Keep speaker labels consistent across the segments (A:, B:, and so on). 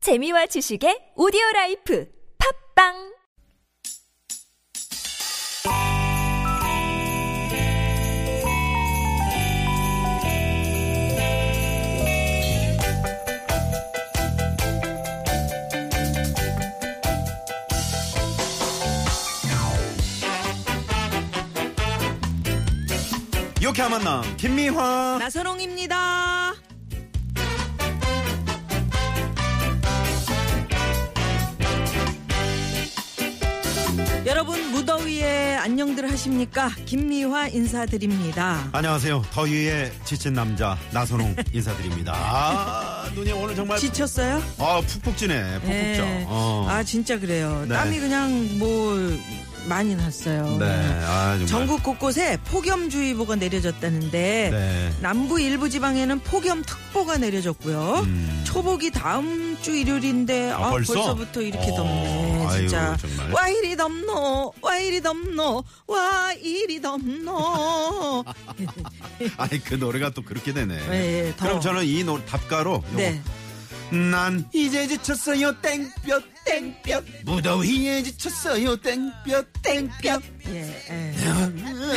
A: 재미와 지식의 오디오 라이프 팝빵
B: 유쾌한 만남 김미화
C: 나선홍입니다. 여러분 무더위에 안녕들 하십니까? 김미화 인사드립니다.
B: 안녕하세요 더위에 지친 남자 나선홍 인사드립니다 아 눈이 오늘 정말
C: 지쳤어요?
B: 아 푹푹 지네 푹푹 져
C: 네.
B: 어.
C: 아 진짜 그래요.
B: 네.
C: 땀이 그냥 뭐 많이 났어요.
B: 네, 아, 정말.
C: 전국 곳곳에 폭염주의보가 내려졌다는데
B: 네.
C: 남부 일부 지방에는 폭염특보가 내려졌고요.
B: 음.
C: 초복이 다음 주 일요일인데
B: 아,
C: 아,
B: 벌써?
C: 벌써? 부터 이렇게
B: 어,
C: 덥네 진짜.
B: 아유, 정말.
C: 와 이리 덥노 와 이리 덥노 와 이리 덥노
B: 아니 그 노래가 또 그렇게 되네
C: 네, 예, 더워.
B: 그럼 저는 이 노래 답가로 요거.
C: 네.
B: 난 이제 지쳤어요 땡볕 땡볕 무더위에 지쳤어요 땡볕 땡볕
C: 예, 예.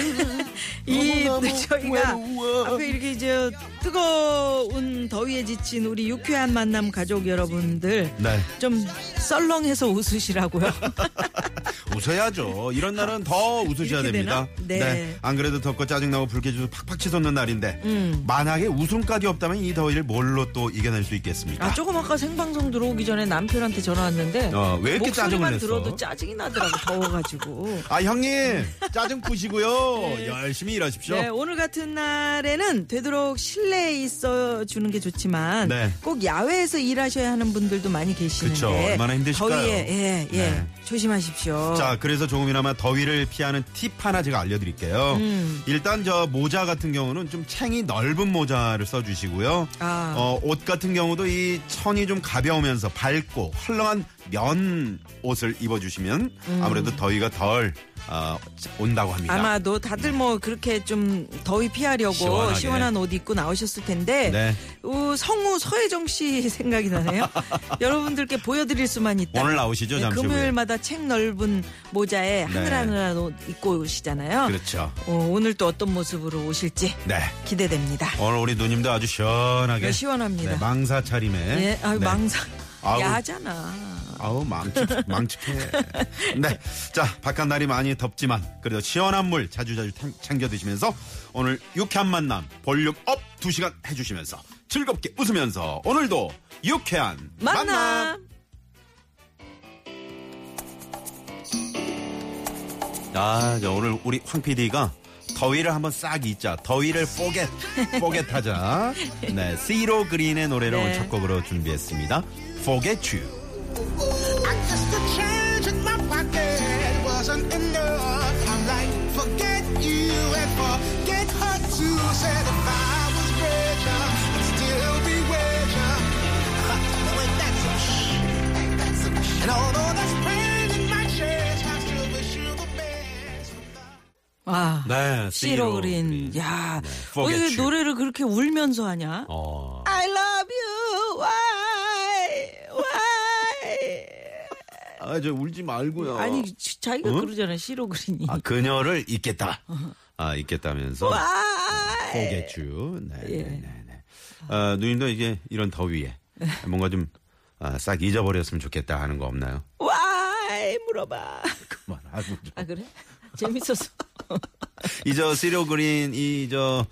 C: 이 네,
B: 너무너무
C: 저희가
B: 외로워.
C: 앞에 이렇게 이제 뜨거운 더위에 지친 우리 유쾌한 만남 가족 여러분들
B: 네.
C: 좀 썰렁해서 웃으시라고요.
B: 웃어야죠. 이런 날은 더 웃으셔야
C: 이렇게
B: 됩니다.
C: 되나? 네.
B: 안 그래도 덥고 짜증나고 불쾌지수 팍팍 치솟는 날인데
C: 음.
B: 만약에 웃음까지 없다면 이 더위를 뭘로 또 이겨낼 수 있겠습니까?
C: 아 조금 아까 생방송 들어오기 전에 남편한테 전화 왔는데
B: 어, 왜 이렇게 짜증을
C: 목소리만
B: 냈어?
C: 들어도 짜증이 나더라고 더워가지고.
B: 아, 형님 짜증 푸시고요. 열심히 일하십시오.
C: 네, 오늘 같은 날에는 되도록 실내에 있어 주는 게 좋지만
B: 네.
C: 꼭 야외에서 일하셔야 하는 분들도 많이 계시는데
B: 그쵸, 얼마나 힘드실까요?
C: 더위에 예, 예.
B: 네.
C: 조심하십시오.
B: 자, 그래서 조금이나마 더위를 피하는 팁 하나 제가 알려드릴게요.
C: 음.
B: 일단 저 모자 같은 경우는 좀 챙이 넓은 모자를 써주시고요.
C: 아.
B: 어, 옷 같은 경우도 이 천이 좀 가벼우면서 밝고 헐렁한 면 옷을 입어주시면 아무래도 더위가 덜 어, 온다고 합니다.
C: 음. 아마도 다들 뭐 그렇게 좀 더위 피하려고
B: 시원하게.
C: 시원한 옷 입고 나오셨을 텐데
B: 네.
C: 어, 성우 서혜정 씨 생각이 나네요. 여러분들께 보여드릴 수만 있다.
B: 오늘
C: 네,
B: 나오시죠, 잠시 후에. 네.
C: 금요일마다 책 넓은 모자에 하늘하늘한 옷 입고 오시잖아요.
B: 그렇죠.
C: 어, 오늘 또 어떤 모습으로 오실지
B: 네.
C: 기대됩니다.
B: 오늘 우리 누님도 아주 시원하게.
C: 네, 시원합니다.
B: 네, 망사 차림에.
C: 예, 아유
B: 네.
C: 망상
B: 아우.
C: 야잖아.
B: 아우 망측 망측해. 네, 자 바깥 날이 많이 덥지만 그래도 시원한 물 자주자주 탕- 챙겨 드시면서 오늘 유쾌한 만남 볼륨 업2 시간 해주시면서 즐겁게 웃으면서 오늘도 유쾌한
C: 만남.
B: 아, 저 오늘 우리 황 PD가 더위를 한번 싹 잊자. 더위를 포겟, 포겟 하자. 네, 시로 그린의 노래를 오늘
C: 네.
B: 첫 곡으로 준비했습니다. Forget You.
D: I guess the change in my pocket wasn't enough. I'm like, forget you and forget her too. Said if I was richer, I'd still be richer. Ain't that some shit? Ain't that some shit? And although there's pain in my chest, I still wish you the best.
C: 아,
B: 네,
C: 시로 그린. 야, 어,
B: Forget
C: 왜
B: You.
C: 노래를 그렇게 울면서 하냐?
B: 어.
C: I love you. Why? Why?
B: 아, 저 울지 말고요.
C: 아니 지- 자기가 그러잖아 시로 그린이.
B: 아, 그녀를 잊겠다. 아, 잊겠다면서.
C: Why?
B: Forget You. 네,
C: 예.
B: 네, 네, 네. 아, 누님도 이게 이런 더위에 뭔가 좀 아, 싹 잊어버렸으면 좋겠다 하는 거 없나요?
C: Why? 물어봐.
B: 그만하고 좀.
C: 아 그래? 재밌었어.
B: 이저 시리오 그린 이 저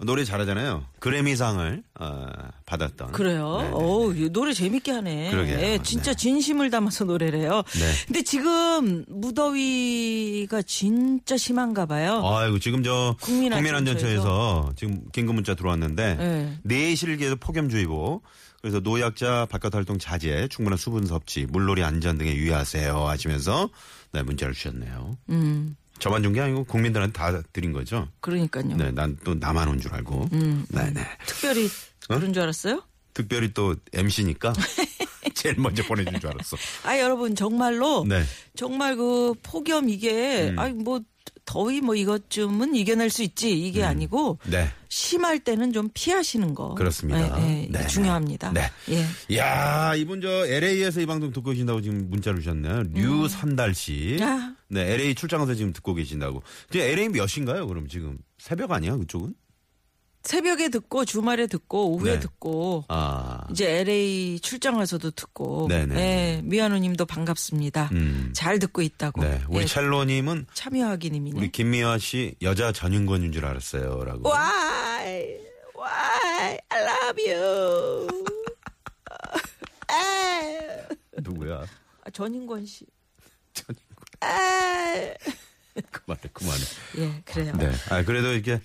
B: 노래 잘하잖아요. 그래미상을 어, 받았던.
C: 그래요?
B: 네, 네.
C: 어우, 이 노래 재밌게 하네.
B: 그러게요.
C: 예, 진짜
B: 네.
C: 진심을 담아서 노래래요.
B: 네.
C: 근데 지금 무더위가 진짜 심한가 봐요.
B: 아이고 지금 저
C: 국민안전처에서
B: 국민안전처에서 지금 긴급 문자 들어왔는데
C: 네.
B: 내실기에서 폭염주의보. 그래서 노약자 바깥 활동 자제, 충분한 수분 섭취, 물놀이 안전 등에 유의하세요 하시면서 네 문자를 주셨네요. 저만 준 게 아니고 국민들한테 다 드린 거죠.
C: 그러니까요.
B: 네, 난 또 나만 온 줄 알고. 네, 네.
C: 특별히 그런 줄 알았어요?
B: 특별히 또 MC니까 제일 먼저 보내준 줄 알았어.
C: 아 여러분 정말로
B: 네. 음.
C: 정말 그 폭염 이게 아니 뭐 더위 뭐 이것쯤은 이겨낼 수 있지 이게 아니고
B: 네.
C: 심할 때는 좀 피하시는 거.
B: 그렇습니다.
C: 예, 예,
B: 네.
C: 중요합니다.
B: 네.
C: 예.
B: 야 이분 저 LA에서 이 방송 듣고 계신다고 지금 문자를 주셨네요. 류선달 씨.
C: 음. 아.
B: 네, LA 출장 가서 지금 듣고 계신다고. 지금 LA 몇 시인가요, 그럼 지금? 새벽 아니야, 그쪽은?
C: 새벽에 듣고 주말에 듣고 오후에
B: 네.
C: 듣고
B: 아.
C: 이제 LA 출장 와서도 듣고
B: 네네.
C: 예, 미아노님도 반갑습니다.
B: 음.
C: 잘 듣고 있다고.
B: 네. 우리
C: 예,
B: 첼로님은
C: 참여하기님이네.
B: 우리 김미화 씨 여자 전인권인 줄 알았어요. 라고.
C: Why? Why? I love you. 아,
B: 누구야?
C: 전인권 씨.
B: 전인권.
C: 아.
B: 그만해, 그만해.
C: 예, 그래요.
B: 네. 아, 그래도 이렇게,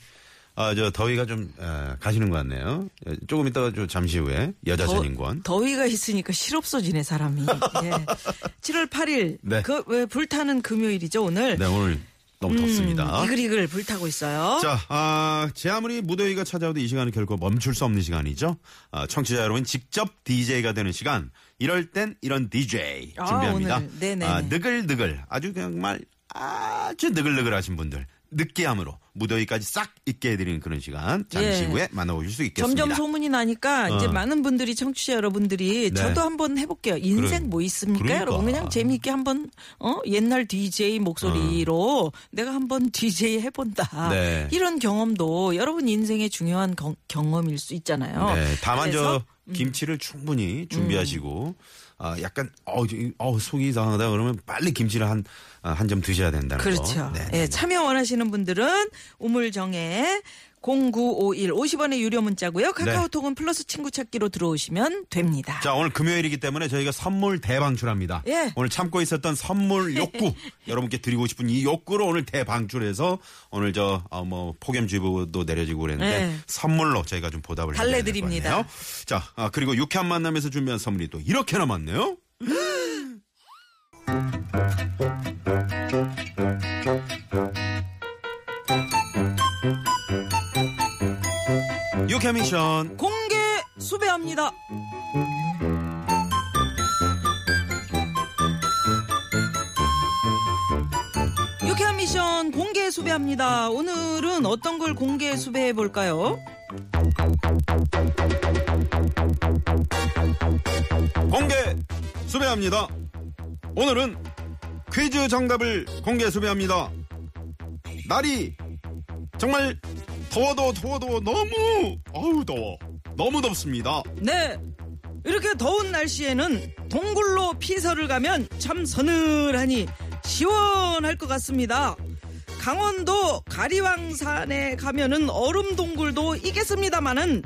B: 아, 저 더위가 좀, 아, 가시는 것 같네요. 예, 조금 이따가 좀 잠시 후에 여자 전인권.
C: 더, 더위가 있으니까 실없어지네 사람이. 예. 7월 8일
B: 네.
C: 그 왜 불타는 금요일이죠 오늘. 음,
B: 네, 오늘 너무 덥습니다.
C: 이글이글 불타고 있어요.
B: 자, 아, 제 아무리 무더위가 찾아와도 이 시간은 결코 멈출 수 없는 시간이죠. 아, 청취자 여러분 직접 DJ가 되는 시간. 이럴 땐 이런 DJ
C: 아,
B: 준비합니다.
C: 오늘. 네네네.
B: 아, 느글느글 아주 정말 아주 느글느글하신 분들 느끼함으로 무더위까지 싹 잊게 해드리는 그런 시간 잠시
C: 예.
B: 후에 만나보실 수 있겠습니다.
C: 점점 소문이 나니까 이제
B: 어.
C: 많은 분들이 청취자 여러분들이
B: 네.
C: 저도 한번 해볼게요. 인생
B: 그래.
C: 뭐 있습니까?
B: 그러니까.
C: 여러분 그냥 재미있게 한번 어 옛날 DJ 목소리로 내가 한번 DJ 해본다.
B: 어. 네.
C: 이런 경험도 여러분 인생의 중요한 경- 경험일 수 있잖아요.
B: 네, 다만
C: 어. 그래서
B: 저
C: 음.
B: 김치를 충분히 준비하시고 아, 약간 어, 저, 어, 속이 이상하다 그러면 빨리 김치를 한 아, 한 점 드셔야 된다는 거.
C: 그렇죠.
B: 네,
C: 예, 참여 원하시는 분들은 우물정에 0951 50원의 유료 문자고요. 카카오톡은
B: 네.
C: 플러스 친구 찾기로 들어오시면 됩니다.
B: 자, 오늘 금요일이기 때문에 저희가 선물 대방출합니다.
C: 예.
B: 오늘 참고 있었던 선물 욕구. 여러분께 드리고 싶은 이 욕구를 오늘 대방출해서 오늘 저, 어, 뭐, 폭염주의보도 내려지고 그랬는데
C: 예.
B: 선물로 저희가 좀 보답을 해야 될것
C: 달래드립니다.
B: 같네요. 자, 아, 그리고 유쾌한 만남에서 준비한 선물이 또 이렇게나 많네요. 유쾌 미션.
C: 공개 수배합니다. 유쾌한 미션 공개 수배합니다. 오늘은 어떤 걸 공개 수배해 볼까요?
B: 공개 수배합니다. 오늘은 퀴즈 정답을 공개 수배합니다. 날이 정말 더워도 더워도 너무 어우 더워 너무 덥습니다.
C: 네. 이렇게 더운 날씨에는 동굴로 피서를 가면 참 서늘하니 시원할 것 같습니다. 강원도 가리왕산에 가면은 얼음 동굴도 있겠습니다만은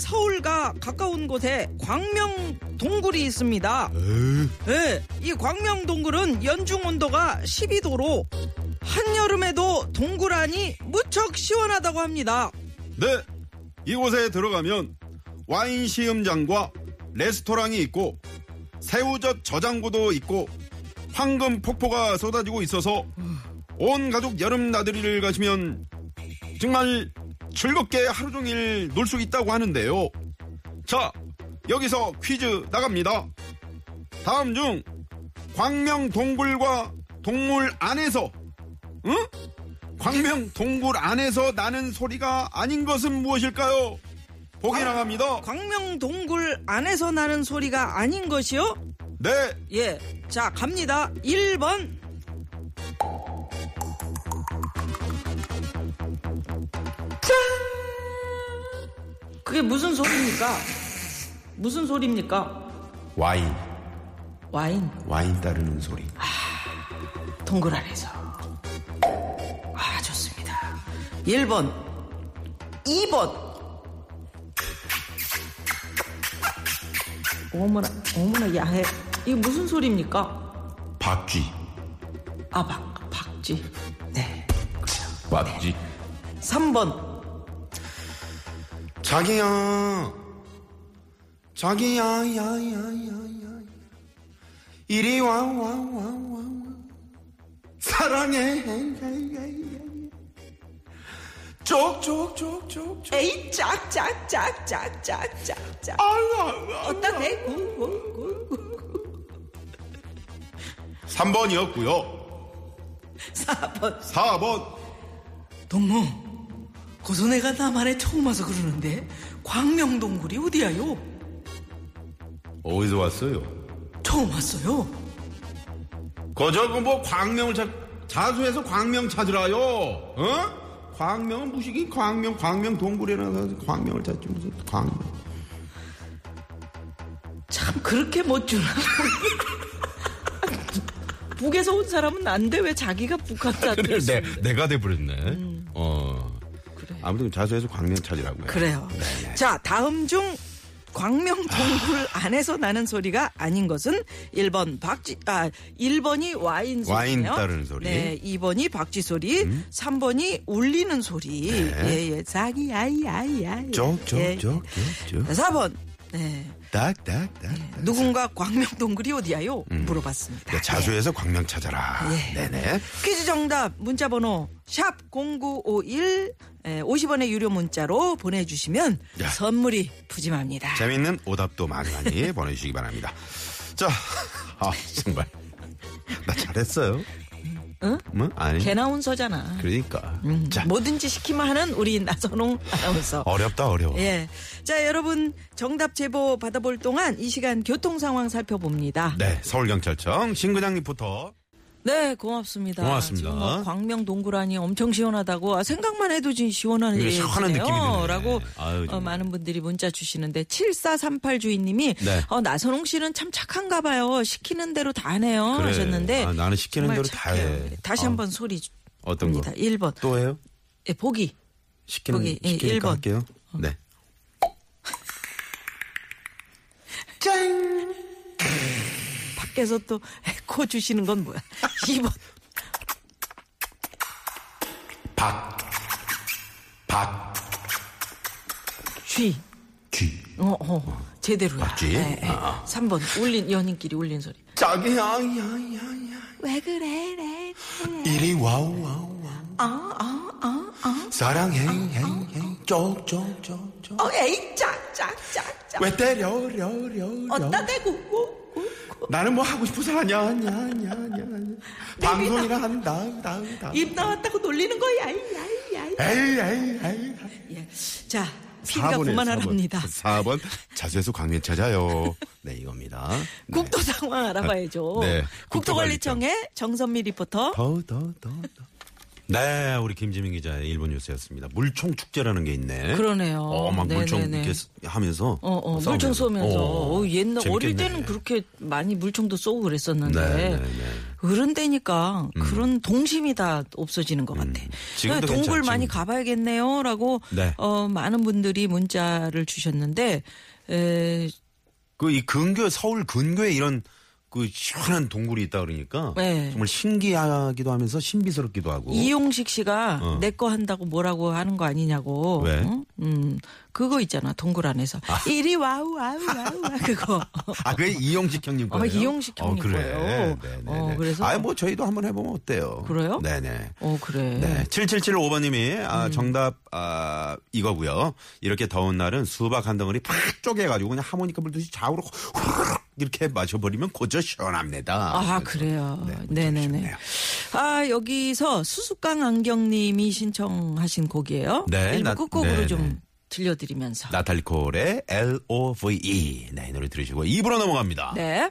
C: 서울과 가까운 곳에 광명 동굴이 있습니다. 예, 이 광명 동굴은 연중 온도가 12도로 한여름에도 동굴 안이 무척 시원하다고 합니다.
B: 네 이곳에 들어가면 와인 시음장과 레스토랑이 있고 새우젓 저장고도 있고 황금 폭포가 쏟아지고 있어서 온 가족 여름 나들이를 가시면 정말 즐겁게 하루 종일 놀 수 있다고 하는데요. 자, 여기서 퀴즈 나갑니다. 다음 중 광명 동굴과 동물 안에서 응? 광명 동굴 안에서 나는 소리가 아닌 것은 무엇일까요? 보기 나갑니다.
C: 광명 동굴 안에서 나는 소리가 아닌 것이요?
B: 네,
C: 예. 자, 갑니다. 1번. 짠! 그게 무슨 소리입니까? 무슨 소리입니까?
B: 와인,
C: 와인
B: 와인 따르는 소리.
C: 동굴 안에서. 아, 좋습니다. 1번. 2번. 어머나, 어머나, 야해. 이게 무슨 소리입니까?
B: 박쥐,
C: 아, 박, 박쥐. 네.
B: 박쥐.
C: 3번.
B: 자기야, 자기야, 야, 야, 야, 야. 이리 와, 와, 와, 와, 와. 사랑해. 쪽, 쪽, 쪽, 쪽, 쪽.
C: 에이, 짝, 짝, 짝, 짝, 짝, 짝, 짝.
B: 아유, 아유, 아유.
C: 어떠네? 구, 구, 구, 구.
B: 3번이었고요
C: 4번.
B: 4번.
C: 동무. 거기서 내가 남한에 처음 와서 그러는데 광명동굴이 어디야요?
B: 어디서 왔어요?
C: 처음 왔어요.
B: 거저 그뭐 광명을 찾 자수해서 광명 찾으라요. 어? 광명은 무식이 광명 광명 동굴이라서 광명을 찾지 무슨 광명.
C: 참 그렇게 못 주나? 북에서 온 사람은 안 돼 왜 자기가 북한 사람을
B: 내, 내가 아, 돼버렸네. 어.
C: 음. 그래.
B: 아무튼 자수해서 광명 찾으라고요.
C: 그래요.
B: 네,
C: 자, 다음 중 광명 동굴
B: 아.
C: 안에서 나는 소리가 아닌 것은 1번 박쥐 아 1번이 와인 소리네요.
B: 와인 따르는 소리. 음?
C: 네, 2번이 박쥐 소리, 3번이 울리는 소리.
B: 네.
C: 예, 예. 자기 아이 아이 아이. 예.
B: 쪽쪽쪽쪽쪽.
C: 4번. 네. 예.
B: 딱딱딱.
C: 누군가 광명 동굴이 어디야요? 물어봤습니다.
B: 음. 네, 자수해서 광명 찾아라.
C: 예.
B: 네네.
C: 퀴즈 정답 문자 번호 샵 0951 50원의 유료 문자로 보내주시면
B: 야.
C: 선물이 푸짐합니다.
B: 재밌는 오답도 많이 많이 보내주시기 바랍니다. 자, 아 정말 나 잘했어요.
C: 응?
B: 뭐 아니.
C: 개나운서잖아.
B: 그러니까. 자,
C: 음, 뭐든지 시키면 하는 우리 나선홍 아나운서.
B: 어렵다 어려워.
C: 예. 자, 여러분 정답 제보 받아볼 동안 이 시간 교통 상황 살펴봅니다.
B: 네, 서울경찰청 신근양 리포터.
C: 네, 고맙습니다.
B: 고맙습니다.
C: 지금 뭐 광명 동굴안이 엄청 시원하다고 아, 생각만 해도 진 시원한
B: 이게
C: 일이네요.
B: 시원한 느낌이 드네.
C: 라고
B: 아유, 정말.
C: 어, 많은 분들이 문자 주시는데 7438 주인님이
B: 네.
C: 어, 나선홍 씨는 참 착한가 봐요. 시키는 대로 다 하네요
B: 그래.
C: 하셨는데
B: 아, 나는 시키는
C: 정말
B: 대로 다
C: 착해요. 네,
B: 해.
C: 다시
B: 어.
C: 한번 소리 줍니다.
B: 어떤 거?
C: 1번.
B: 또 해요?
C: 예, 보기.
B: 시키는
C: 거기, 예,
B: 시키니까
C: 일 번.
B: 할게요. 네.
C: 밖에서 또 에코 주시는 건 뭐야? 2번.
B: 박. 박.
C: 쥐.
B: 쥐.
C: 어, 어. 제대로야.
B: 아, 쥐?
C: 예, 예. 3번. 울린 연인끼리 울린 소리.
B: 아, 자기야, 야, 야, 야.
C: 왜 그래? 래. 어,
B: 이리 와우, 와우, 와우. 사랑해, 행, 행. 쪽, 쪽, 쪽, 쪽.
C: 어, 에이, 짝, 짝, 짝, 짝.
B: 왜 때려, 려, 려, 려.
C: 어따 대고. 어, 어.
B: 나는 뭐 하고 싶어서 하냐, 하냐, 하냐, 하냐. 하냐. 방송이라 한다, 한다, 한다.
C: 입 나왔다고 놀리는 거야. 아이, 아이, 아이.
B: 에이, 에이, 에이.
C: 예. 자, 피디가 그만하랍니다.
B: 4번 자수해서 광면 찾아요. 네, 이겁니다. 네.
C: 국토 상황 알아봐야죠.
B: 네.
C: 국토관리청의 정선미 리포터.
B: 더, 더, 더, 더. 네, 우리 김지민 기자의 일본 뉴스였습니다. 물총 축제라는 게 있네.
C: 그러네요.
B: 어, 막
C: 네,
B: 물총
C: 네, 네.
B: 이렇게 하면서.
C: 어, 어,
B: 뭐 싸우면서.
C: 물총 쏘면서.
B: 어,
C: 어, 옛날,
B: 재밌겠네.
C: 어릴 때는 그렇게 많이 물총도 쏘고 그랬었는데.
B: 네, 네, 네.
C: 어른 되니까 그런 동심이 다 없어지는 것 같아.
B: 음.
C: 그러니까
B: 지금도
C: 동굴
B: 괜찮지.
C: 많이 가봐야겠네요. 라고,
B: 네.
C: 어, 많은 분들이 문자를 주셨는데, 에,
B: 그 이 근교 서울 근교에 이런 그 시원한 동굴이 있다 그러니까
C: 네.
B: 정말 신기하기도 하면서 신비스럽기도 하고
C: 이용식 씨가
B: 어.
C: 내 거 한다고 뭐라고 하는 거 아니냐고.
B: 왜?
C: 응? 음, 그거 있잖아. 동굴 안에서. 이리 와우, 와우, 와우, 와우. 그거.
B: 아 그게 이용식 형님
C: 어,
B: 거예요?
C: 이용식 형님
B: 어, 그래.
C: 거예요.
B: 네네네.
C: 어, 그래서-
B: 아예 뭐 저희도 한번 해보면 어때요?
C: 그래요?
B: 네네.
C: 어, 그래.
B: 네. 7775번님이 아,
C: 음.
B: 정답 아, 이거고요. 이렇게 더운 날은 수박 한 덩어리 팍 쪼개가지고 그냥 하모니카 불듯이 좌우로 후루룩 이렇게 마셔버리면 고저 시원합니다.
C: 아, 그래요.
B: 네,
C: 네,
B: 문자
C: 네, 네.
B: 주셨네요.
C: 아, 여기서 수수깡 안경님이 신청하신 곡이에요.
B: 네,
C: 일부
B: 나-
C: 끝곡으로
B: 네, 네.
C: 좀 들려드리면서.
B: E. 나탈리 콜의 L-O-V-E. 네, 이 노래 들으시고 입으로 넘어갑니다.
C: 네.